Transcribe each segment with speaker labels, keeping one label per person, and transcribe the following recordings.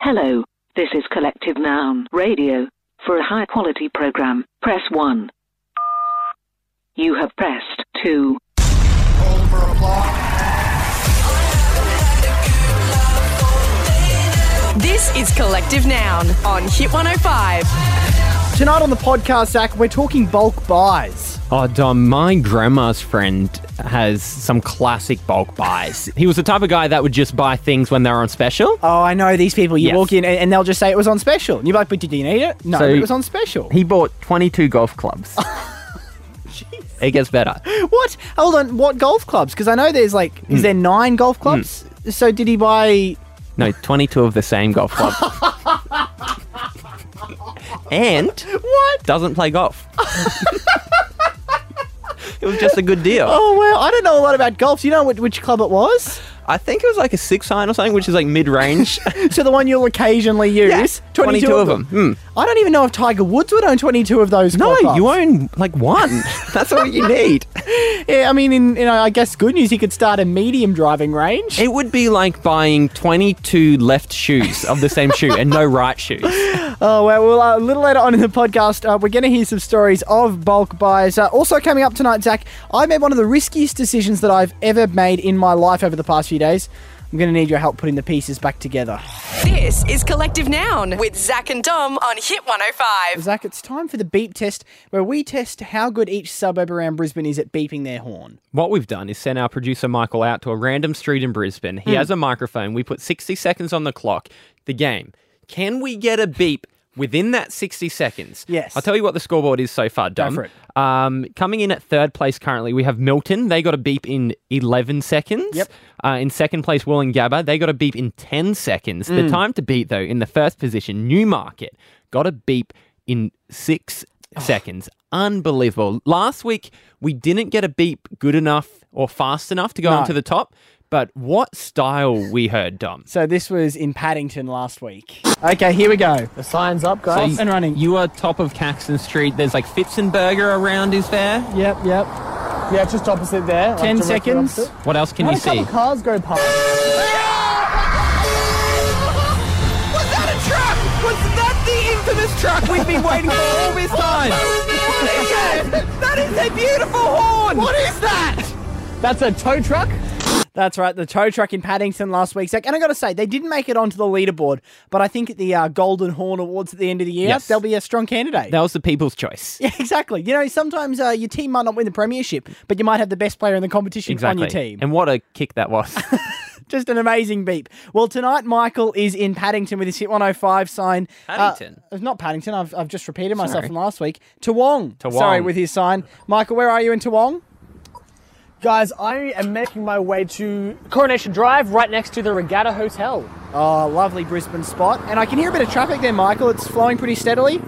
Speaker 1: Hello, this is Collective Noun Radio. For a high quality program, press 1. You have pressed 2.
Speaker 2: This is Collective Noun on Hit 105.
Speaker 3: Tonight on the podcast, Zach, we're talking bulk buys.
Speaker 4: Oh, Dom, my grandma's friend has some classic bulk buys. he was the type of guy that would just buy things when they were on special.
Speaker 3: Oh, I know these people. You
Speaker 4: Yes.
Speaker 3: walk in and, and they'll just say it was on special. And you're like, but did you need it? No,
Speaker 4: So-
Speaker 3: but it was on special.
Speaker 4: He bought 22 golf clubs. it gets better.
Speaker 3: what? Hold on. What golf clubs? Because I know there's like, is there nine golf clubs? So did he buy.
Speaker 4: No, 22 of the same golf club. and what? Doesn't play golf. it was just a good deal.
Speaker 3: Oh, well, I don't know a lot about golf. Do you know which, which club it was?
Speaker 4: I think it was like a six iron or something, which is like mid range.
Speaker 3: so the one you'll occasionally use?
Speaker 4: Yeah, 22 of them.
Speaker 3: I don't even know if Tiger Woods would own 22 of those
Speaker 4: no,
Speaker 3: golf clubs.
Speaker 4: you own like one. That's all you need.
Speaker 3: Yeah, I mean, in, you know, I guess good news, he could start a medium driving range.
Speaker 4: It would be like buying 22 left shoes of the same shoe and no right shoes.
Speaker 3: Oh, well, well uh, a little later on in the podcast, uh, we're going to hear some stories of bulk buys. Uh, also, coming up tonight, Zach, I made one of the riskiest decisions that I've ever made in my life over the past few days. I'm going to need your help putting the pieces back together.
Speaker 2: This is Collective Noun with Zach and Dom on Hit 105.
Speaker 3: Zach, it's time for the beep test, where we test how good each suburb around Brisbane is at beeping their horn.
Speaker 4: What we've done is sent our producer Michael out to a random street in Brisbane.
Speaker 3: Hmm.
Speaker 4: He has a microphone. We put 60 seconds on the clock. The game. Can we get a beep within that 60 seconds?
Speaker 3: Yes.
Speaker 4: I'll tell you what the scoreboard is so far, Dom.
Speaker 3: for it.
Speaker 4: Um, coming in at third place currently, we have Milton. They got a beep in 11 seconds.
Speaker 3: Yep.
Speaker 4: Uh, in second place, Wollongabba. They got a beep in 10 seconds.
Speaker 3: Mm.
Speaker 4: The time to beat, though, in the first position, Newmarket got a beep in six
Speaker 3: Oh.
Speaker 4: seconds. Unbelievable. Last week, we didn't get a beep good enough or fast enough to go
Speaker 3: No.
Speaker 4: onto the top. But what style we heard, Dom?
Speaker 3: So this was in Paddington last week. Okay, here we go.
Speaker 5: The sign's up,
Speaker 4: So
Speaker 5: guys.
Speaker 3: and running.
Speaker 4: You are top of Caxton Street. There's like Fitzenberger around, is there?
Speaker 3: Yep, yep.
Speaker 5: yeah, just opposite there. like
Speaker 3: Ten
Speaker 5: directly
Speaker 3: seconds.
Speaker 5: opposite.
Speaker 4: What else can
Speaker 5: How
Speaker 4: you
Speaker 5: do a couple
Speaker 4: see?
Speaker 5: cars go past?
Speaker 4: Was that a truck? Was that the infamous truck we've been waiting for all this time? what is that? That is a beautiful horn. What is that?
Speaker 5: That's a tow truck.
Speaker 3: That's right, the tow truck in Paddington last week, Zach. And I got to say, they didn't make it onto the leaderboard, but I think at the uh, Golden Horn Awards at the end of the year,
Speaker 4: Yes.
Speaker 3: they'll be a strong candidate.
Speaker 4: That was the people's choice.
Speaker 3: yeah, exactly. You know, sometimes uh, your team might not win the premiership, but you might have the best player in the competition
Speaker 4: Exactly.
Speaker 3: on your team.
Speaker 4: And what a kick that was.
Speaker 3: Just an amazing beep. Well, tonight Michael is in Paddington with his hit 105 sign. Uh,
Speaker 4: Paddington?
Speaker 3: it's not Paddington. I've, I've just repeated myself
Speaker 4: Sorry.
Speaker 3: from last week. Toowong.
Speaker 4: Toowong.
Speaker 3: Sorry, with his sign. Michael, where are you in Toowong?
Speaker 5: Guys, I am making my way to Coronation Drive, right next to the Regatta Hotel.
Speaker 3: Oh, lovely Brisbane spot. And I can hear a bit of traffic there, Michael. It's flowing pretty steadily.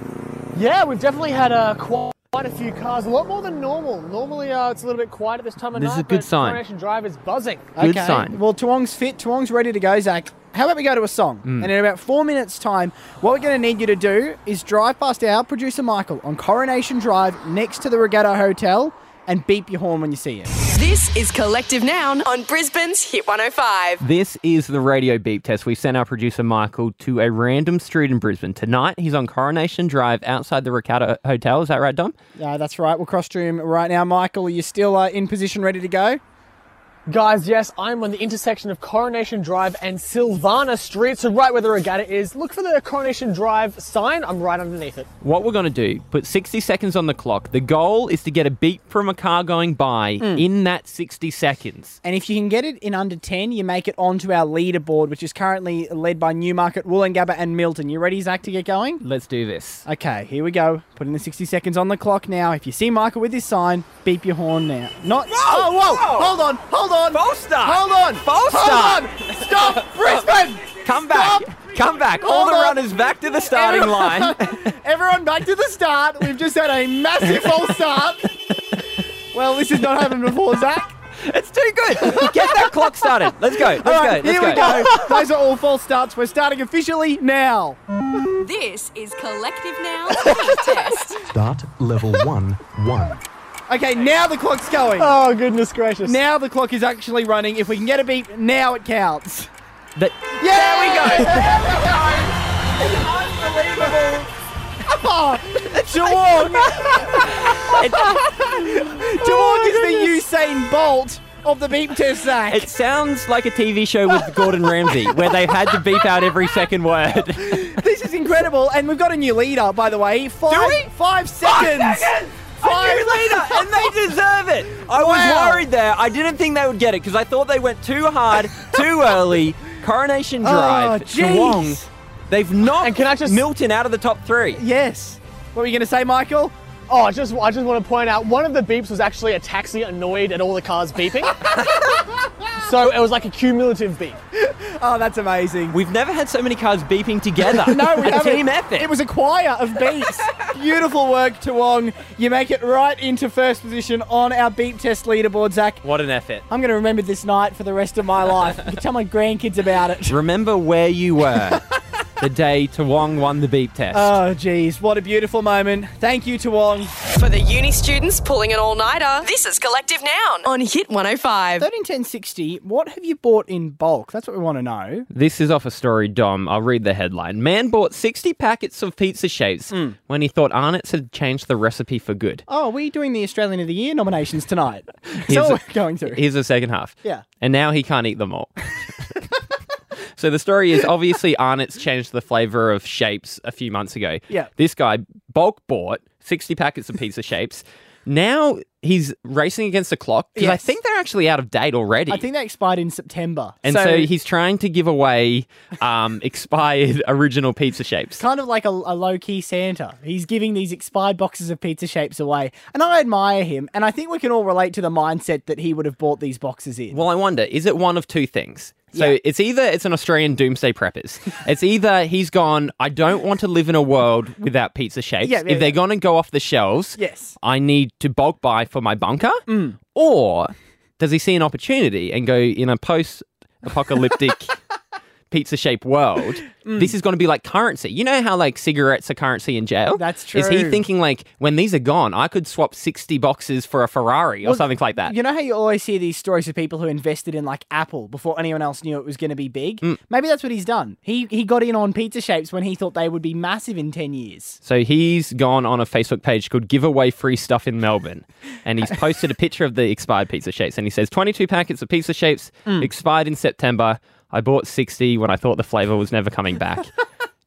Speaker 5: Yeah, we've definitely had uh, quite, quite a few cars, a lot more than normal. Normally, uh, it's a little bit quiet at this time of
Speaker 4: This
Speaker 5: night.
Speaker 4: is a good
Speaker 5: but
Speaker 4: sign.
Speaker 5: Coronation Drive is buzzing.
Speaker 4: Good sign.
Speaker 3: Well, Tuong's fit. Tuong's ready to go, Zach. How about we go to a song?
Speaker 4: Mm.
Speaker 3: And in about four minutes' time, what we're going to need you to do is drive past our producer Michael on Coronation Drive next to the Regatta Hotel and beep your horn when you see it.
Speaker 2: This is Collective Noun on Brisbane's Hit 105.
Speaker 4: This is the radio beep test. We sent our producer Michael to a random street in Brisbane. Tonight, he's on Coronation Drive outside the Ricardo Hotel. Is that right, Dom?
Speaker 3: Uh, that's right. We'll cross stream right now. Michael, are you still uh, in position, ready to go?
Speaker 5: Guys, yes, I'm on the intersection of Coronation Drive and Sylvana Street, so right where the Regatta is. Look for the Coronation Drive sign. I'm right underneath it.
Speaker 4: What we're going to do, put 60 seconds on the clock. The goal is to get a beep from a car going by
Speaker 3: Hmm.
Speaker 4: in that 60 seconds.
Speaker 3: And if you can get it in under 10, you make it onto our leaderboard, which is currently led by Newmarket, Wollongabba, and Milton. You ready, Zach, to get going?
Speaker 4: Let's do this.
Speaker 3: Okay, here we go. Putting the 60 seconds on the clock now. If you see Michael with his sign, beep your horn now. Not. oh, whoa!
Speaker 4: Whoa!
Speaker 3: Hold on! Hold on!
Speaker 4: False start!
Speaker 3: Hold on!
Speaker 4: False
Speaker 3: Hold
Speaker 4: start!
Speaker 3: on! Stop! Brisbane!
Speaker 4: Come back.
Speaker 3: Stop!
Speaker 4: Come back. All
Speaker 3: Hold
Speaker 4: the
Speaker 3: on.
Speaker 4: runners back to the starting line.
Speaker 3: Everyone back to the start. We've just had a massive false start. Well, this has not happened before, Zach.
Speaker 4: it's too good. Get that clock started. Let's go. Let's
Speaker 3: All
Speaker 4: go.
Speaker 3: right,
Speaker 4: Let's
Speaker 3: here
Speaker 4: go.
Speaker 3: we go. Those are all false starts. We're starting officially now.
Speaker 2: This is Collective Noun's Beep Test.
Speaker 6: Start level 1 1.
Speaker 3: Okay, now the clock's going.
Speaker 5: Oh, goodness gracious.
Speaker 3: Now the clock is actually running. If we can get a beep, now it counts.
Speaker 4: That-
Speaker 3: Yeah, there we go. Oh, Geelong. Geelong is the Usain Bolt of the beep test, Zach.
Speaker 4: It sounds like a TV show with Gordon Ramsay where they've had to beep out every second word.
Speaker 3: This is incredible, and we've got a new leader, by the way. Five,
Speaker 4: we?
Speaker 3: five seconds.
Speaker 4: Five leader, and they deserve it. I was
Speaker 3: Wow.
Speaker 4: worried there. I didn't think they would get it because I thought they went too hard, too early. Coronation Drive,
Speaker 3: Oh, jeez.
Speaker 4: Geelong. They've knocked
Speaker 5: And can I just-
Speaker 4: Milton out of the top three.
Speaker 3: Yes. What were you going to say, Michael?
Speaker 5: Oh, I just, I just want to point out one of the beeps was actually a taxi annoyed at all the cars beeping. so it was like a cumulative beep.
Speaker 3: Oh, that's amazing.
Speaker 4: We've never had so many cars beeping together.
Speaker 3: no, we
Speaker 4: a
Speaker 3: haven't.
Speaker 4: team effort.
Speaker 3: It was a choir of beeps. Beautiful work, Tuong. You make it right into first position on our beep test leaderboard, Zach.
Speaker 4: what an effort.
Speaker 3: I'm going to remember this night for the rest of my life. You can tell my grandkids about it.
Speaker 4: Remember where you were the day Tawong won the beep test.
Speaker 3: Oh, geez. What a beautiful moment. Thank you, Tuong.
Speaker 2: For the uni students pulling an all nighter, this is Collective Noun on Hit 105.
Speaker 3: 131060, what have you bought in bulk? That's what we want to know.
Speaker 4: This is off a story, Dom. I'll read the headline. Man bought 60 packets of pizza shapes
Speaker 3: Hmm.
Speaker 4: when he thought Arnott's had changed the recipe for good.
Speaker 3: Oh, are we doing the Australian of the Year nominations tonight? so
Speaker 4: Here's a-
Speaker 3: we're going through.
Speaker 4: Here's the second half.
Speaker 3: Yeah.
Speaker 4: And now he can't eat them all. so the story is obviously Arnott's changed the flavor of shapes a few months ago.
Speaker 3: Yeah.
Speaker 4: This guy bulk bought 60 packets of pizza shapes. Now he's racing against the clock because I
Speaker 3: Yes.
Speaker 4: think they're actually out of date already.
Speaker 3: I think they expired in September.
Speaker 4: and so, he's trying to give away um, expired original pizza shapes.
Speaker 3: kind of like a, a low key Santa. He's giving these expired boxes of pizza shapes away. And I admire him. And I think we can all relate to the mindset that he would have bought these boxes in.
Speaker 4: Well, I wonder, is it one of two things? So it's either it's an Australian doomsday preppers. It's either he's gone, I don't want to live in a world without pizza shapes.
Speaker 3: Yeah, yeah,
Speaker 4: if they're
Speaker 3: yeah.
Speaker 4: going to go off the shelves,
Speaker 3: Yes. Mm.
Speaker 4: I need to bulk buy for my bunker. Or does he see an opportunity and go in a post apocalyptic pizza shaped world?
Speaker 3: Mm.
Speaker 4: This is going to be like currency. You know how like cigarettes are currency in jail?
Speaker 3: That's
Speaker 4: Is he
Speaker 3: true.
Speaker 4: thinking like when these are gone, I could swap 60 boxes for a Ferrari or something like that?
Speaker 3: You know how you always hear these stories of people who invested in like Apple before anyone else knew it was going to be big? Maybe that's what he's done. He he got in on pizza shapes when he thought they would be massive in 10 years.
Speaker 4: So he's gone on a Facebook page called Give Away Free Stuff in Melbourne. And he's posted a picture of the expired pizza shapes. And he says 22 packets of pizza shapes
Speaker 3: Mm.
Speaker 4: expired in September. I bought 60 when I thought the flavor was never coming back.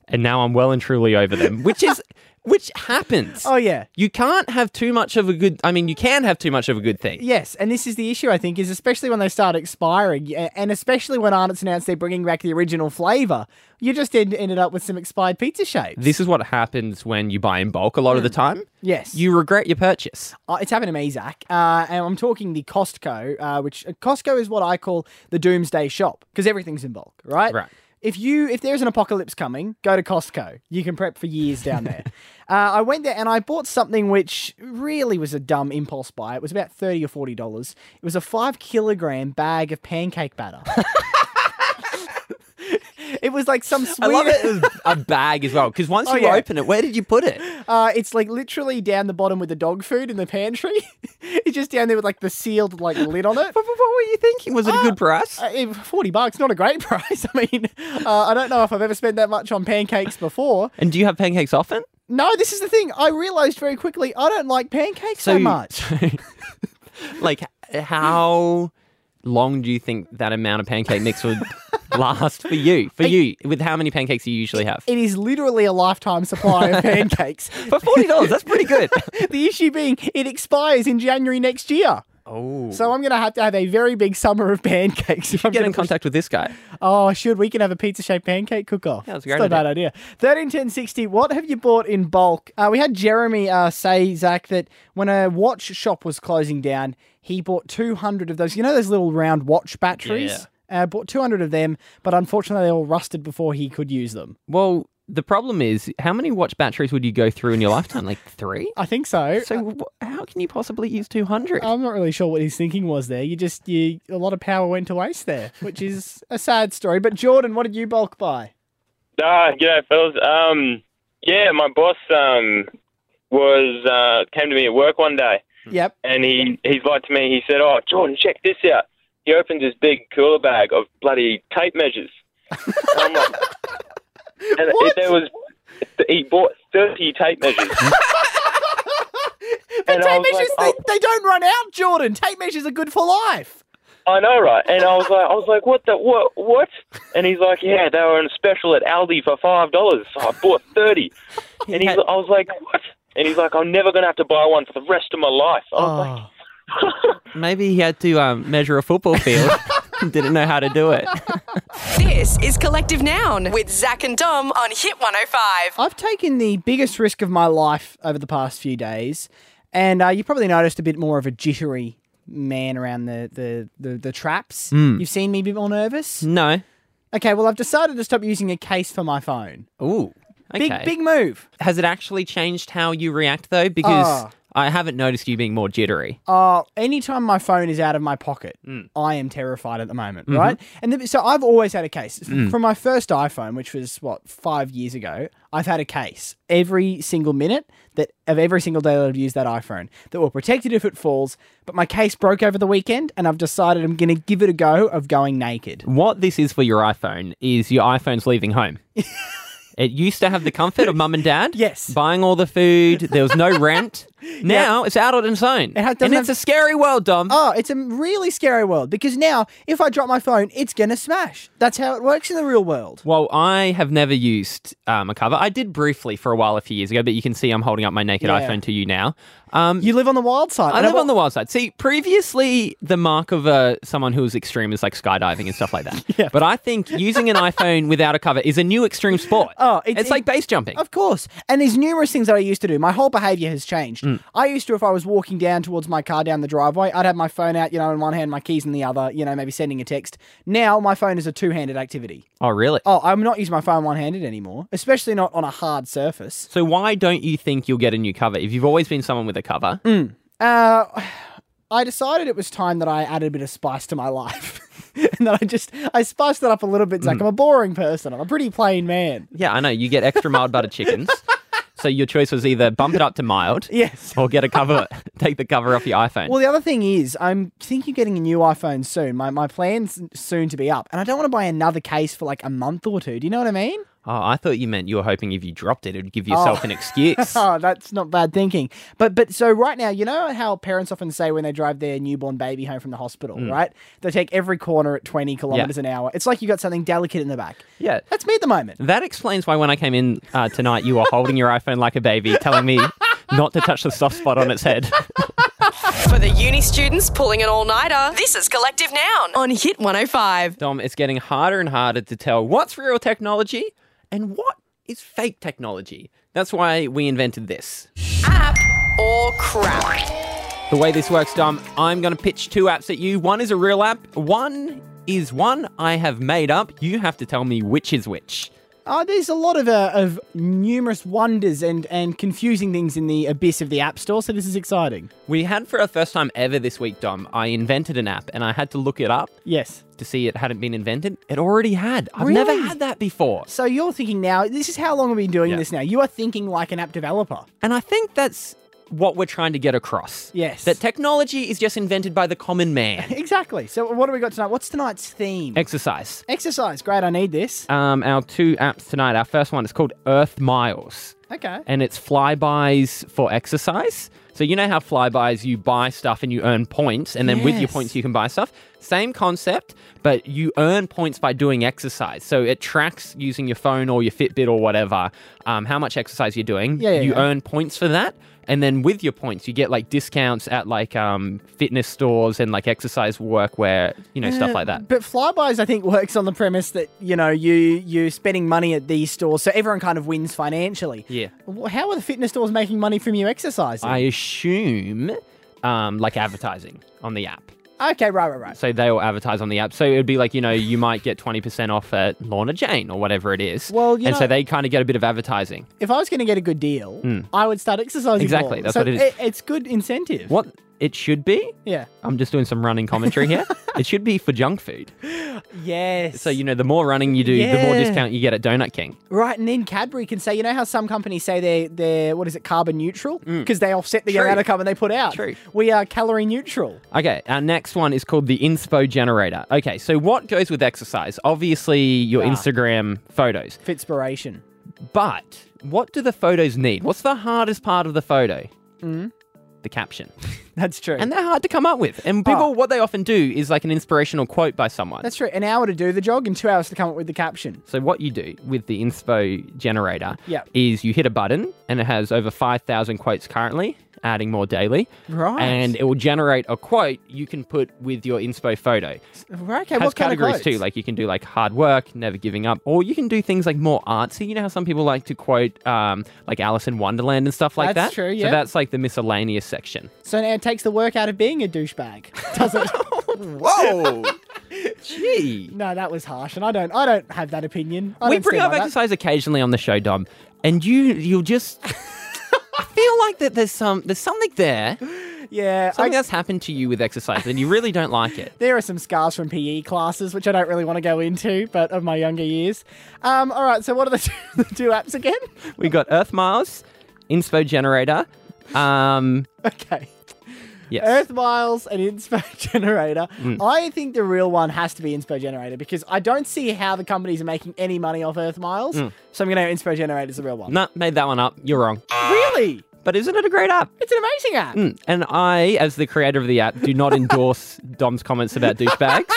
Speaker 4: and now I'm well and truly over them, which is which happens.
Speaker 3: Oh yeah.
Speaker 4: You can't have too much of a good I mean you can have too much of a good thing.
Speaker 3: Yes, and this is the issue I think is especially when they start expiring, a- and especially when Arnott's announced they're bringing back the original flavour, you just end, ended up with some expired pizza shapes.
Speaker 4: This is what happens when you buy in bulk a lot of the time.
Speaker 3: Mm. yes,
Speaker 4: You regret your purchase.
Speaker 3: Uh, it's happened to me, Zach. Uh, and I'm talking the Costco, uh, which uh, Costco is what I call the doomsday shop because everything's in bulk, right?
Speaker 4: Right.
Speaker 3: If you if there's an apocalypse coming, go to Costco. You can prep for years down there. uh, I went there and I bought something which really was a dumb impulse buy. It was about thirty or forty dollars. It was a five kilogram bag of pancake batter. it was like some sweet.
Speaker 4: I love it as a bag as well. Because once
Speaker 3: Oh,
Speaker 4: you
Speaker 3: yeah.
Speaker 4: open it, where did you put it?
Speaker 3: Uh, it's like literally down the bottom with the dog food in the pantry. it's just down there with like the sealed like lid on it.
Speaker 4: What, what- what were you thinking? Was it a good price?
Speaker 3: Uh, eh, 40 bucks, not a great price. I mean, uh, I don't know if I've ever spent that much on pancakes before.
Speaker 4: And do you have pancakes often?
Speaker 3: No, this is the thing. I realized very quickly I don't like pancakes so, much.
Speaker 4: like, h- how long do you think that amount of pancake mix would last for you? For you, with how many pancakes you usually have?
Speaker 3: It is literally a lifetime supply of pancakes.
Speaker 4: For forty dollars, that's pretty good.
Speaker 3: the issue being, it expires in January next year.
Speaker 4: oh,
Speaker 3: So I'm going to have to have a very big summer of pancakes. If I'm
Speaker 4: get
Speaker 3: gonna
Speaker 4: in
Speaker 3: push-
Speaker 4: contact with this guy.
Speaker 3: Oh, I should. We can have a pizza shaped pancake cook off.
Speaker 4: Yeah, that's a
Speaker 3: it's
Speaker 4: great
Speaker 3: not a bad idea. 13, 10, 60, what have you bought in bulk? Uh, we had Jeremy uh, say, Zach, that when a watch shop was closing down, he bought 200 of those. You know those little round watch batteries?
Speaker 4: Yeah,
Speaker 3: Uh, bought 200 of them, but unfortunately they all rusted before he could use them.
Speaker 4: Well, the problem is, how many watch batteries would you go through in your lifetime? Like three.
Speaker 3: I think so. Uh,
Speaker 4: So, wh- how can you possibly use two hundred?
Speaker 3: I'm not really sure what his thinking was there. You just, you a lot of power went to waste there, which is a sad story. But Jordan, what did you bulk buy?
Speaker 7: Ah, g'day, fellas. Um, yeah, my boss um was uh, came to me at work one day,
Speaker 4: Hmm.
Speaker 3: Yep.
Speaker 7: and he he's like to me. He said, "Oh, Jordan, check this out." He opens his big cooler bag of bloody tape measures. And I'm like, and
Speaker 3: What?
Speaker 7: It, there was he bought dirty tape measures. and I
Speaker 3: tape
Speaker 7: was
Speaker 3: measures,
Speaker 7: like, oh,
Speaker 3: they, they don't run out, Jordan. Tape measures are good for life.
Speaker 7: I know, right? And I was like, I was like, what the what what? And he's like, yeah, they were on special at Aldi for five dollars, so I bought thirty. And he's, I was like, what? And he's like, I'm never gonna have to buy one for the rest of my life. I was like,
Speaker 4: Maybe he had to um, measure a football field. Didn't know how to do it.
Speaker 2: This is Collective Noun with Zach and Dom on Hit 105.
Speaker 3: I've taken the biggest risk of my life over the past few days, and uh, you probably noticed a bit more of a jittery man around the the the, the traps. You've seen me a bit more nervous.
Speaker 4: No.
Speaker 3: Okay, well I've decided to stop using a case for my phone.
Speaker 4: Ooh. Okay.
Speaker 3: Big big move.
Speaker 4: Has it actually changed how you react though? Because
Speaker 3: Oh.
Speaker 4: I haven't noticed you being more jittery.
Speaker 3: Uh, anytime my phone is out of my pocket,
Speaker 4: Mm.
Speaker 3: I am terrified at the moment,
Speaker 4: Mm-hmm.
Speaker 3: right? And the, so I've always had a case. F-
Speaker 4: Mm.
Speaker 3: From my first iPhone, which was, what, five years ago, I've had a case every single minute that of every single day that I've used that iPhone that will protect it if it falls. But my case broke over the weekend, and I've decided I'm going to give it a go of going naked.
Speaker 4: What this is for your iPhone is your iPhone's leaving home. it used to have the comfort of mum and dad.
Speaker 3: Yes.
Speaker 4: Buying all the food. There was no rent. Now it's out on its own.
Speaker 3: It ha- doesn't
Speaker 4: and it's
Speaker 3: have-
Speaker 4: a scary world, Dom.
Speaker 3: Oh, it's a really scary world because now if I drop my phone, it's going to smash. That's how it works in the real world.
Speaker 4: Well, I have never used um, a cover. I did briefly for a while a few years ago, but you can see I'm holding up my naked
Speaker 3: Yeah.
Speaker 4: iPhone to you now. Um,
Speaker 3: You live on the wild side.
Speaker 4: I
Speaker 3: and
Speaker 4: live
Speaker 3: I've-
Speaker 4: on the wild side. See, previously the mark of uh, someone who was extreme is like skydiving and stuff like that. But I think using an iPhone without a cover is a new extreme sport.
Speaker 3: Oh, it's-
Speaker 4: it's, like base jumping.
Speaker 3: Of course. And there's numerous things that I used to do. My whole behavior has changed. I used to, if I was walking down towards my car down the driveway, I'd have my phone out, you know, in one hand, my keys in the other, you know, maybe sending a text. Now my phone is a two handed activity.
Speaker 4: oh, really?
Speaker 3: Oh, I'm not using my phone one handed anymore, especially not on a hard surface.
Speaker 4: So why don't you think you'll get a new cover if you've always been someone with a cover?
Speaker 3: Uh, I decided it was time that I added a bit of spice to my life. and that I just, I spiced it up a little bit, Zach. I'm a boring person. I'm a pretty plain man.
Speaker 4: Yeah, I know. You get extra mild butter chickens. So your choice was either bump it up to mild,
Speaker 3: Yes.
Speaker 4: or get a cover, take the cover off your iPhone.
Speaker 3: Well, the other thing is, I'm thinking of getting a new iPhone soon. My, my plan's soon to be up, and I don't want to buy another case for like a month or two. Do you know what I mean?
Speaker 4: oh, I thought you meant you were hoping if you dropped it, it would give yourself an excuse.
Speaker 3: Oh, that's not bad thinking. But but so right now, you know how parents often say when they drive their newborn baby home from the hospital, right? They take every corner at 20 kilometers an hour. It's like you got something delicate in the back.
Speaker 4: Yeah.
Speaker 3: That's me at the moment.
Speaker 4: That explains why when I came in uh, tonight, you were holding your iPhone like a baby, telling me not to touch the soft spot on its head.
Speaker 2: For the uni students pulling an all nighter, this is Collective Noun on Hit 105.
Speaker 4: Dom, it's getting harder and harder to tell what's real technology and what is fake technology. That's why we invented this.
Speaker 2: App or Oh, crap?
Speaker 4: The way this works, Dom, I'm going to pitch two apps at you. One is a real app, one is one I have made up. You have to tell me which is which.
Speaker 3: Oh, there's a lot of uh, of numerous wonders and and confusing things in the abyss of the App Store, so this is exciting.
Speaker 4: We had for our first time ever this week, Dom, I invented an app and I had to look it up
Speaker 3: Yes.
Speaker 4: to see it hadn't been invented. It already had. I've never
Speaker 3: Really?
Speaker 4: had that before.
Speaker 3: So you're thinking now, this is how long we've been doing
Speaker 4: Yeah.
Speaker 3: this now. You are thinking like an app developer.
Speaker 4: And I think that's what we're trying to get across.
Speaker 3: Yes.
Speaker 4: That technology is just invented by the common man.
Speaker 3: Exactly. So what do we got tonight? What's tonight's theme?
Speaker 4: Exercise.
Speaker 3: Exercise. Great, I need this.
Speaker 4: Um, our two apps tonight, our first one is called Earth Miles,
Speaker 3: Okay.
Speaker 4: and it's flybys for exercise. So, you know how flybys, you buy stuff and you earn points, and then with your
Speaker 3: Yes.
Speaker 4: points, you can buy stuff? Same concept, but you earn points by doing exercise. So, it tracks using your phone or your Fitbit or whatever um, how much exercise you're doing.
Speaker 3: Yeah, yeah,
Speaker 4: you
Speaker 3: yeah.
Speaker 4: earn points for that. And then with your points, you get like discounts at like um, fitness stores and like exercise workwear, you know,
Speaker 3: Uh,
Speaker 4: stuff like that.
Speaker 3: But flybys, I think, works on the premise that you know you you're spending money at these stores, so everyone kind of wins financially.
Speaker 4: Yeah.
Speaker 3: Wh- How are the fitness stores making money from you exercising?
Speaker 4: I assume um, like advertising on the app.
Speaker 3: okay, right, right, right.
Speaker 4: So they will advertise on the app. So it would be like, you know, you might get 20% off at Lorna Jane or whatever it is.
Speaker 3: Well, you
Speaker 4: And
Speaker 3: know-
Speaker 4: so they kind of get a bit of advertising.
Speaker 3: If I was going to get a good deal, I would start exercising.
Speaker 4: Hmm. Exactly,
Speaker 3: more.
Speaker 4: that's
Speaker 3: So
Speaker 4: what it is.
Speaker 3: it's good incentive.
Speaker 4: What it should be,
Speaker 3: Yeah.
Speaker 4: I'm just doing some running commentary here. it should be for junk food.
Speaker 3: Yes.
Speaker 4: So, you know, the more running you do, the more
Speaker 3: Yeah.
Speaker 4: discount you get at Donut King.
Speaker 3: Right, and then Cadbury can say, you know how some companies say they're they're what is it carbon neutral because they offset the
Speaker 4: Mm. True.
Speaker 3: amount of carbon they put out.
Speaker 4: True.
Speaker 3: We are calorie neutral.
Speaker 4: Okay, our next one is called the inspo generator.
Speaker 3: Ah.
Speaker 4: Okay, so what goes with exercise? Obviously, your Instagram photos.
Speaker 3: Fitspiration.
Speaker 4: But what do the photos need? What's the hardest part of the photo?
Speaker 3: Mm.
Speaker 4: The caption.
Speaker 3: That's true.
Speaker 4: And they're hard to come up with. And people,
Speaker 3: Oh.
Speaker 4: what they often do is like an inspirational quote by someone.
Speaker 3: That's true. An hour to do the jog and two hours to come up with the caption.
Speaker 4: So what you do with the inspo generator
Speaker 3: Yep.
Speaker 4: is you hit a button and it has over 5,000 quotes currently, adding more daily.
Speaker 3: Right.
Speaker 4: And it will generate a quote you can put with your inspo photo.
Speaker 3: Right, okay,
Speaker 4: It has
Speaker 3: what kind of
Speaker 4: categories too.
Speaker 3: quotes?
Speaker 4: Like you can do like hard work, never giving up, or you can do things like more artsy. You know how some people like to quote um, like Alice in Wonderland and stuff like
Speaker 3: That's
Speaker 4: that?
Speaker 3: true,
Speaker 4: So
Speaker 3: yeah.
Speaker 4: that's like the miscellaneous section.
Speaker 3: So now it takes the work out of being a douchebag, does it?
Speaker 4: Whoa! Gee.
Speaker 3: no, that was harsh, and I don't, I don't have that opinion. I
Speaker 4: we
Speaker 3: don't
Speaker 4: bring
Speaker 3: stand
Speaker 4: up
Speaker 3: by that.
Speaker 4: exercise occasionally on the show, Dom, and you you'll just I feel like that there's some there's something there.
Speaker 3: Yeah, I,
Speaker 4: Something that's happened to you with exercise and you really don't like it.
Speaker 3: there are some scars from PE classes, which I don't really want to go into, but of my younger years. Um, all right, so what are the two, the two apps again?
Speaker 4: We got Earth Miles, Inspo Generator, um
Speaker 3: Okay.
Speaker 4: yes.
Speaker 3: Earth Miles and Inspo Generator.
Speaker 4: Mm.
Speaker 3: I think the real one has to be Inspo Generator because I don't see how the companies are making any money off Earth Miles.
Speaker 4: Mm.
Speaker 3: So I'm going to Inspo Generator is the real one.
Speaker 4: Nah, made that one up. You're wrong.
Speaker 3: Really?
Speaker 4: But isn't it a great app?
Speaker 3: It's an amazing app.
Speaker 4: Mm, And I, as the creator of the app, do not endorse Dom's comments about douchebags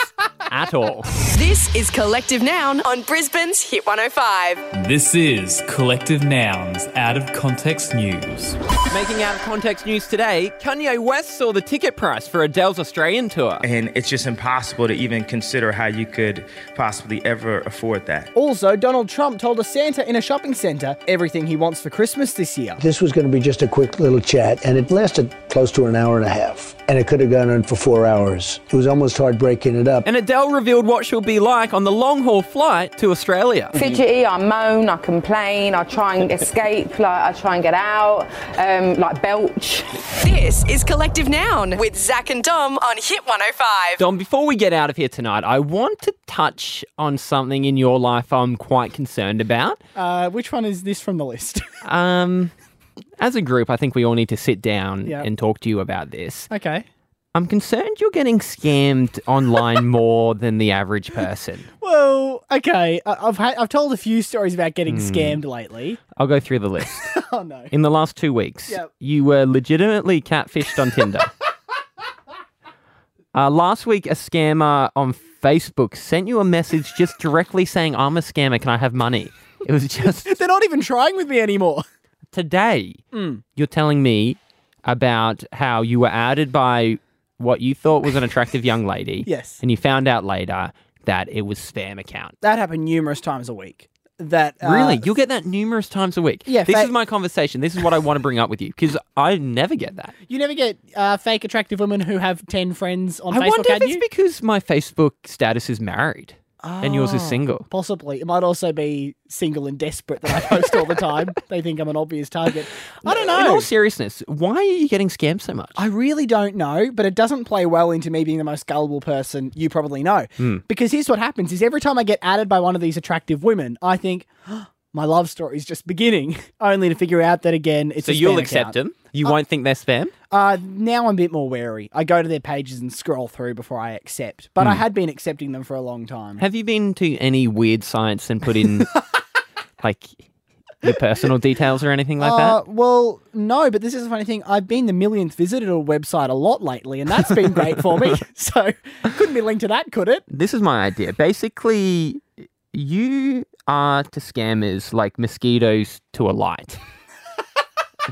Speaker 4: at all.
Speaker 2: This is Collective Noun on Brisbane's Hit 105.
Speaker 8: This is Collective Nouns Out of Context News.
Speaker 4: Making out of context news today, Kanye West saw the ticket price for Adele's Australian tour.
Speaker 9: And it's just impossible to even consider how you could possibly ever afford that.
Speaker 3: Also, Donald Trump told a Santa in a shopping centre everything he wants for Christmas this year.
Speaker 10: This was going to be just a quick little chat, and it lasted close to an hour and a half, and it could have gone on for four hours. It was almost hard breaking it up.
Speaker 4: And Adele revealed what she'll be like on the long haul flight to Australia.
Speaker 11: fidgety, E, I moan, I complain, I try and escape, like I try and get out, um, like belch.
Speaker 2: This is Collective Noun with Zach and Dom on Hit 105.
Speaker 4: Don, before we get out of here tonight, I want to touch on something in your life I'm quite concerned about.
Speaker 3: Uh, which one is this from the list?
Speaker 4: Um, as a group, I think we all need to sit down
Speaker 3: Yeah.
Speaker 4: and talk to you about this.
Speaker 3: okay.
Speaker 4: I'm concerned you're getting scammed online more than the average person.
Speaker 3: Well, okay. I- I've ha- I've told a few stories about getting
Speaker 4: Mm.
Speaker 3: scammed lately.
Speaker 4: I'll go through the list.
Speaker 3: Oh no.
Speaker 4: In the last two weeks,
Speaker 3: Yep.
Speaker 4: you were legitimately catfished on Tinder. Uh, last week, a scammer on Facebook sent you a message just directly saying, I'm a scammer, can I have money? It was just
Speaker 3: They're not even trying with me anymore.
Speaker 4: today.
Speaker 3: Mm.
Speaker 4: You're telling me about how you were outed by what you thought was an attractive young lady.
Speaker 3: Yes.
Speaker 4: And you found out later that it was spam account.
Speaker 3: That happened numerous times a week. That uh,
Speaker 4: Really? You'll get that numerous times a week.
Speaker 3: Yeah,
Speaker 4: This
Speaker 3: fa-
Speaker 4: is my conversation. This is what I want to bring up with you because I never get that.
Speaker 3: You never get uh, fake attractive women who have ten friends on
Speaker 4: I
Speaker 3: Facebook.
Speaker 4: wonder if
Speaker 3: had
Speaker 4: it's
Speaker 3: you?
Speaker 4: because my Facebook status is married and yours is single.
Speaker 3: Possibly, it might also be single and desperate that I post all the time. They think I'm an obvious target. I don't
Speaker 4: In
Speaker 3: know.
Speaker 4: all seriousness, why are you getting scammed so much?
Speaker 3: I really don't know, but it doesn't play well into me being the most gullible person you probably know.
Speaker 4: Hmm.
Speaker 3: Because here's what happens is every time I get added by one of these attractive women, I think my love story is just beginning, only to figure out that again it's
Speaker 4: so
Speaker 3: a
Speaker 4: you'll
Speaker 3: spam
Speaker 4: accept
Speaker 3: account.
Speaker 4: them. You won't think they're spam.
Speaker 3: Uh, now I'm a bit more wary. I go to their pages and scroll through before I accept. But
Speaker 4: Hmm.
Speaker 3: I had been accepting them for a long time.
Speaker 4: Have you been to any weird sites and put in like your personal details or anything like
Speaker 3: Uh,
Speaker 4: that?
Speaker 3: well, no, but this is a funny thing. I've been the millionth visitor to a website a lot lately, and that's been great for me. So couldn't be linked to that, could it?
Speaker 4: This is my idea. Basically, you are to scammers like mosquitoes to a light.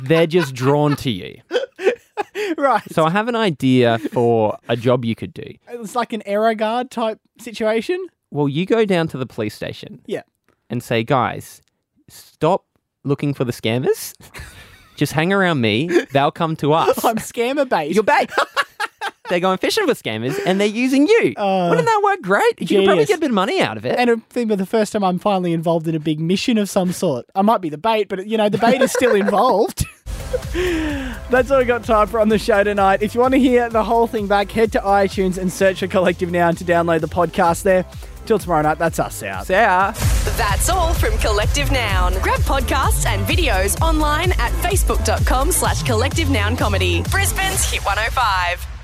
Speaker 4: they're just drawn to you.
Speaker 3: Right.
Speaker 4: So I have an idea for a job you could do.
Speaker 3: It's like an error guard type situation.
Speaker 4: Well, you go down to the police station.
Speaker 3: Yeah.
Speaker 4: and say, guys, stop looking for the scammers. Just hang around me. They'll come to us.
Speaker 3: I'm scammer bait.
Speaker 4: You're bait. they're going fishing for scammers and they're using you. Wouldn't that work great? You could probably
Speaker 3: genius.
Speaker 4: get a bit of money out of it.
Speaker 3: and I think for the first time I'm finally involved in a big mission of some sort. I might be the bait, but you know, the bait is still involved. That's all we got time for on the show tonight. If you want to hear the whole thing back, head to iTunes and search for Collective Noun to download the podcast there. Till tomorrow night, that's us out.
Speaker 4: Sarah.
Speaker 2: That's all from Collective Noun. Grab podcasts and videos online at facebook.com slash collective noun comedy. Brisbane's Hit 105.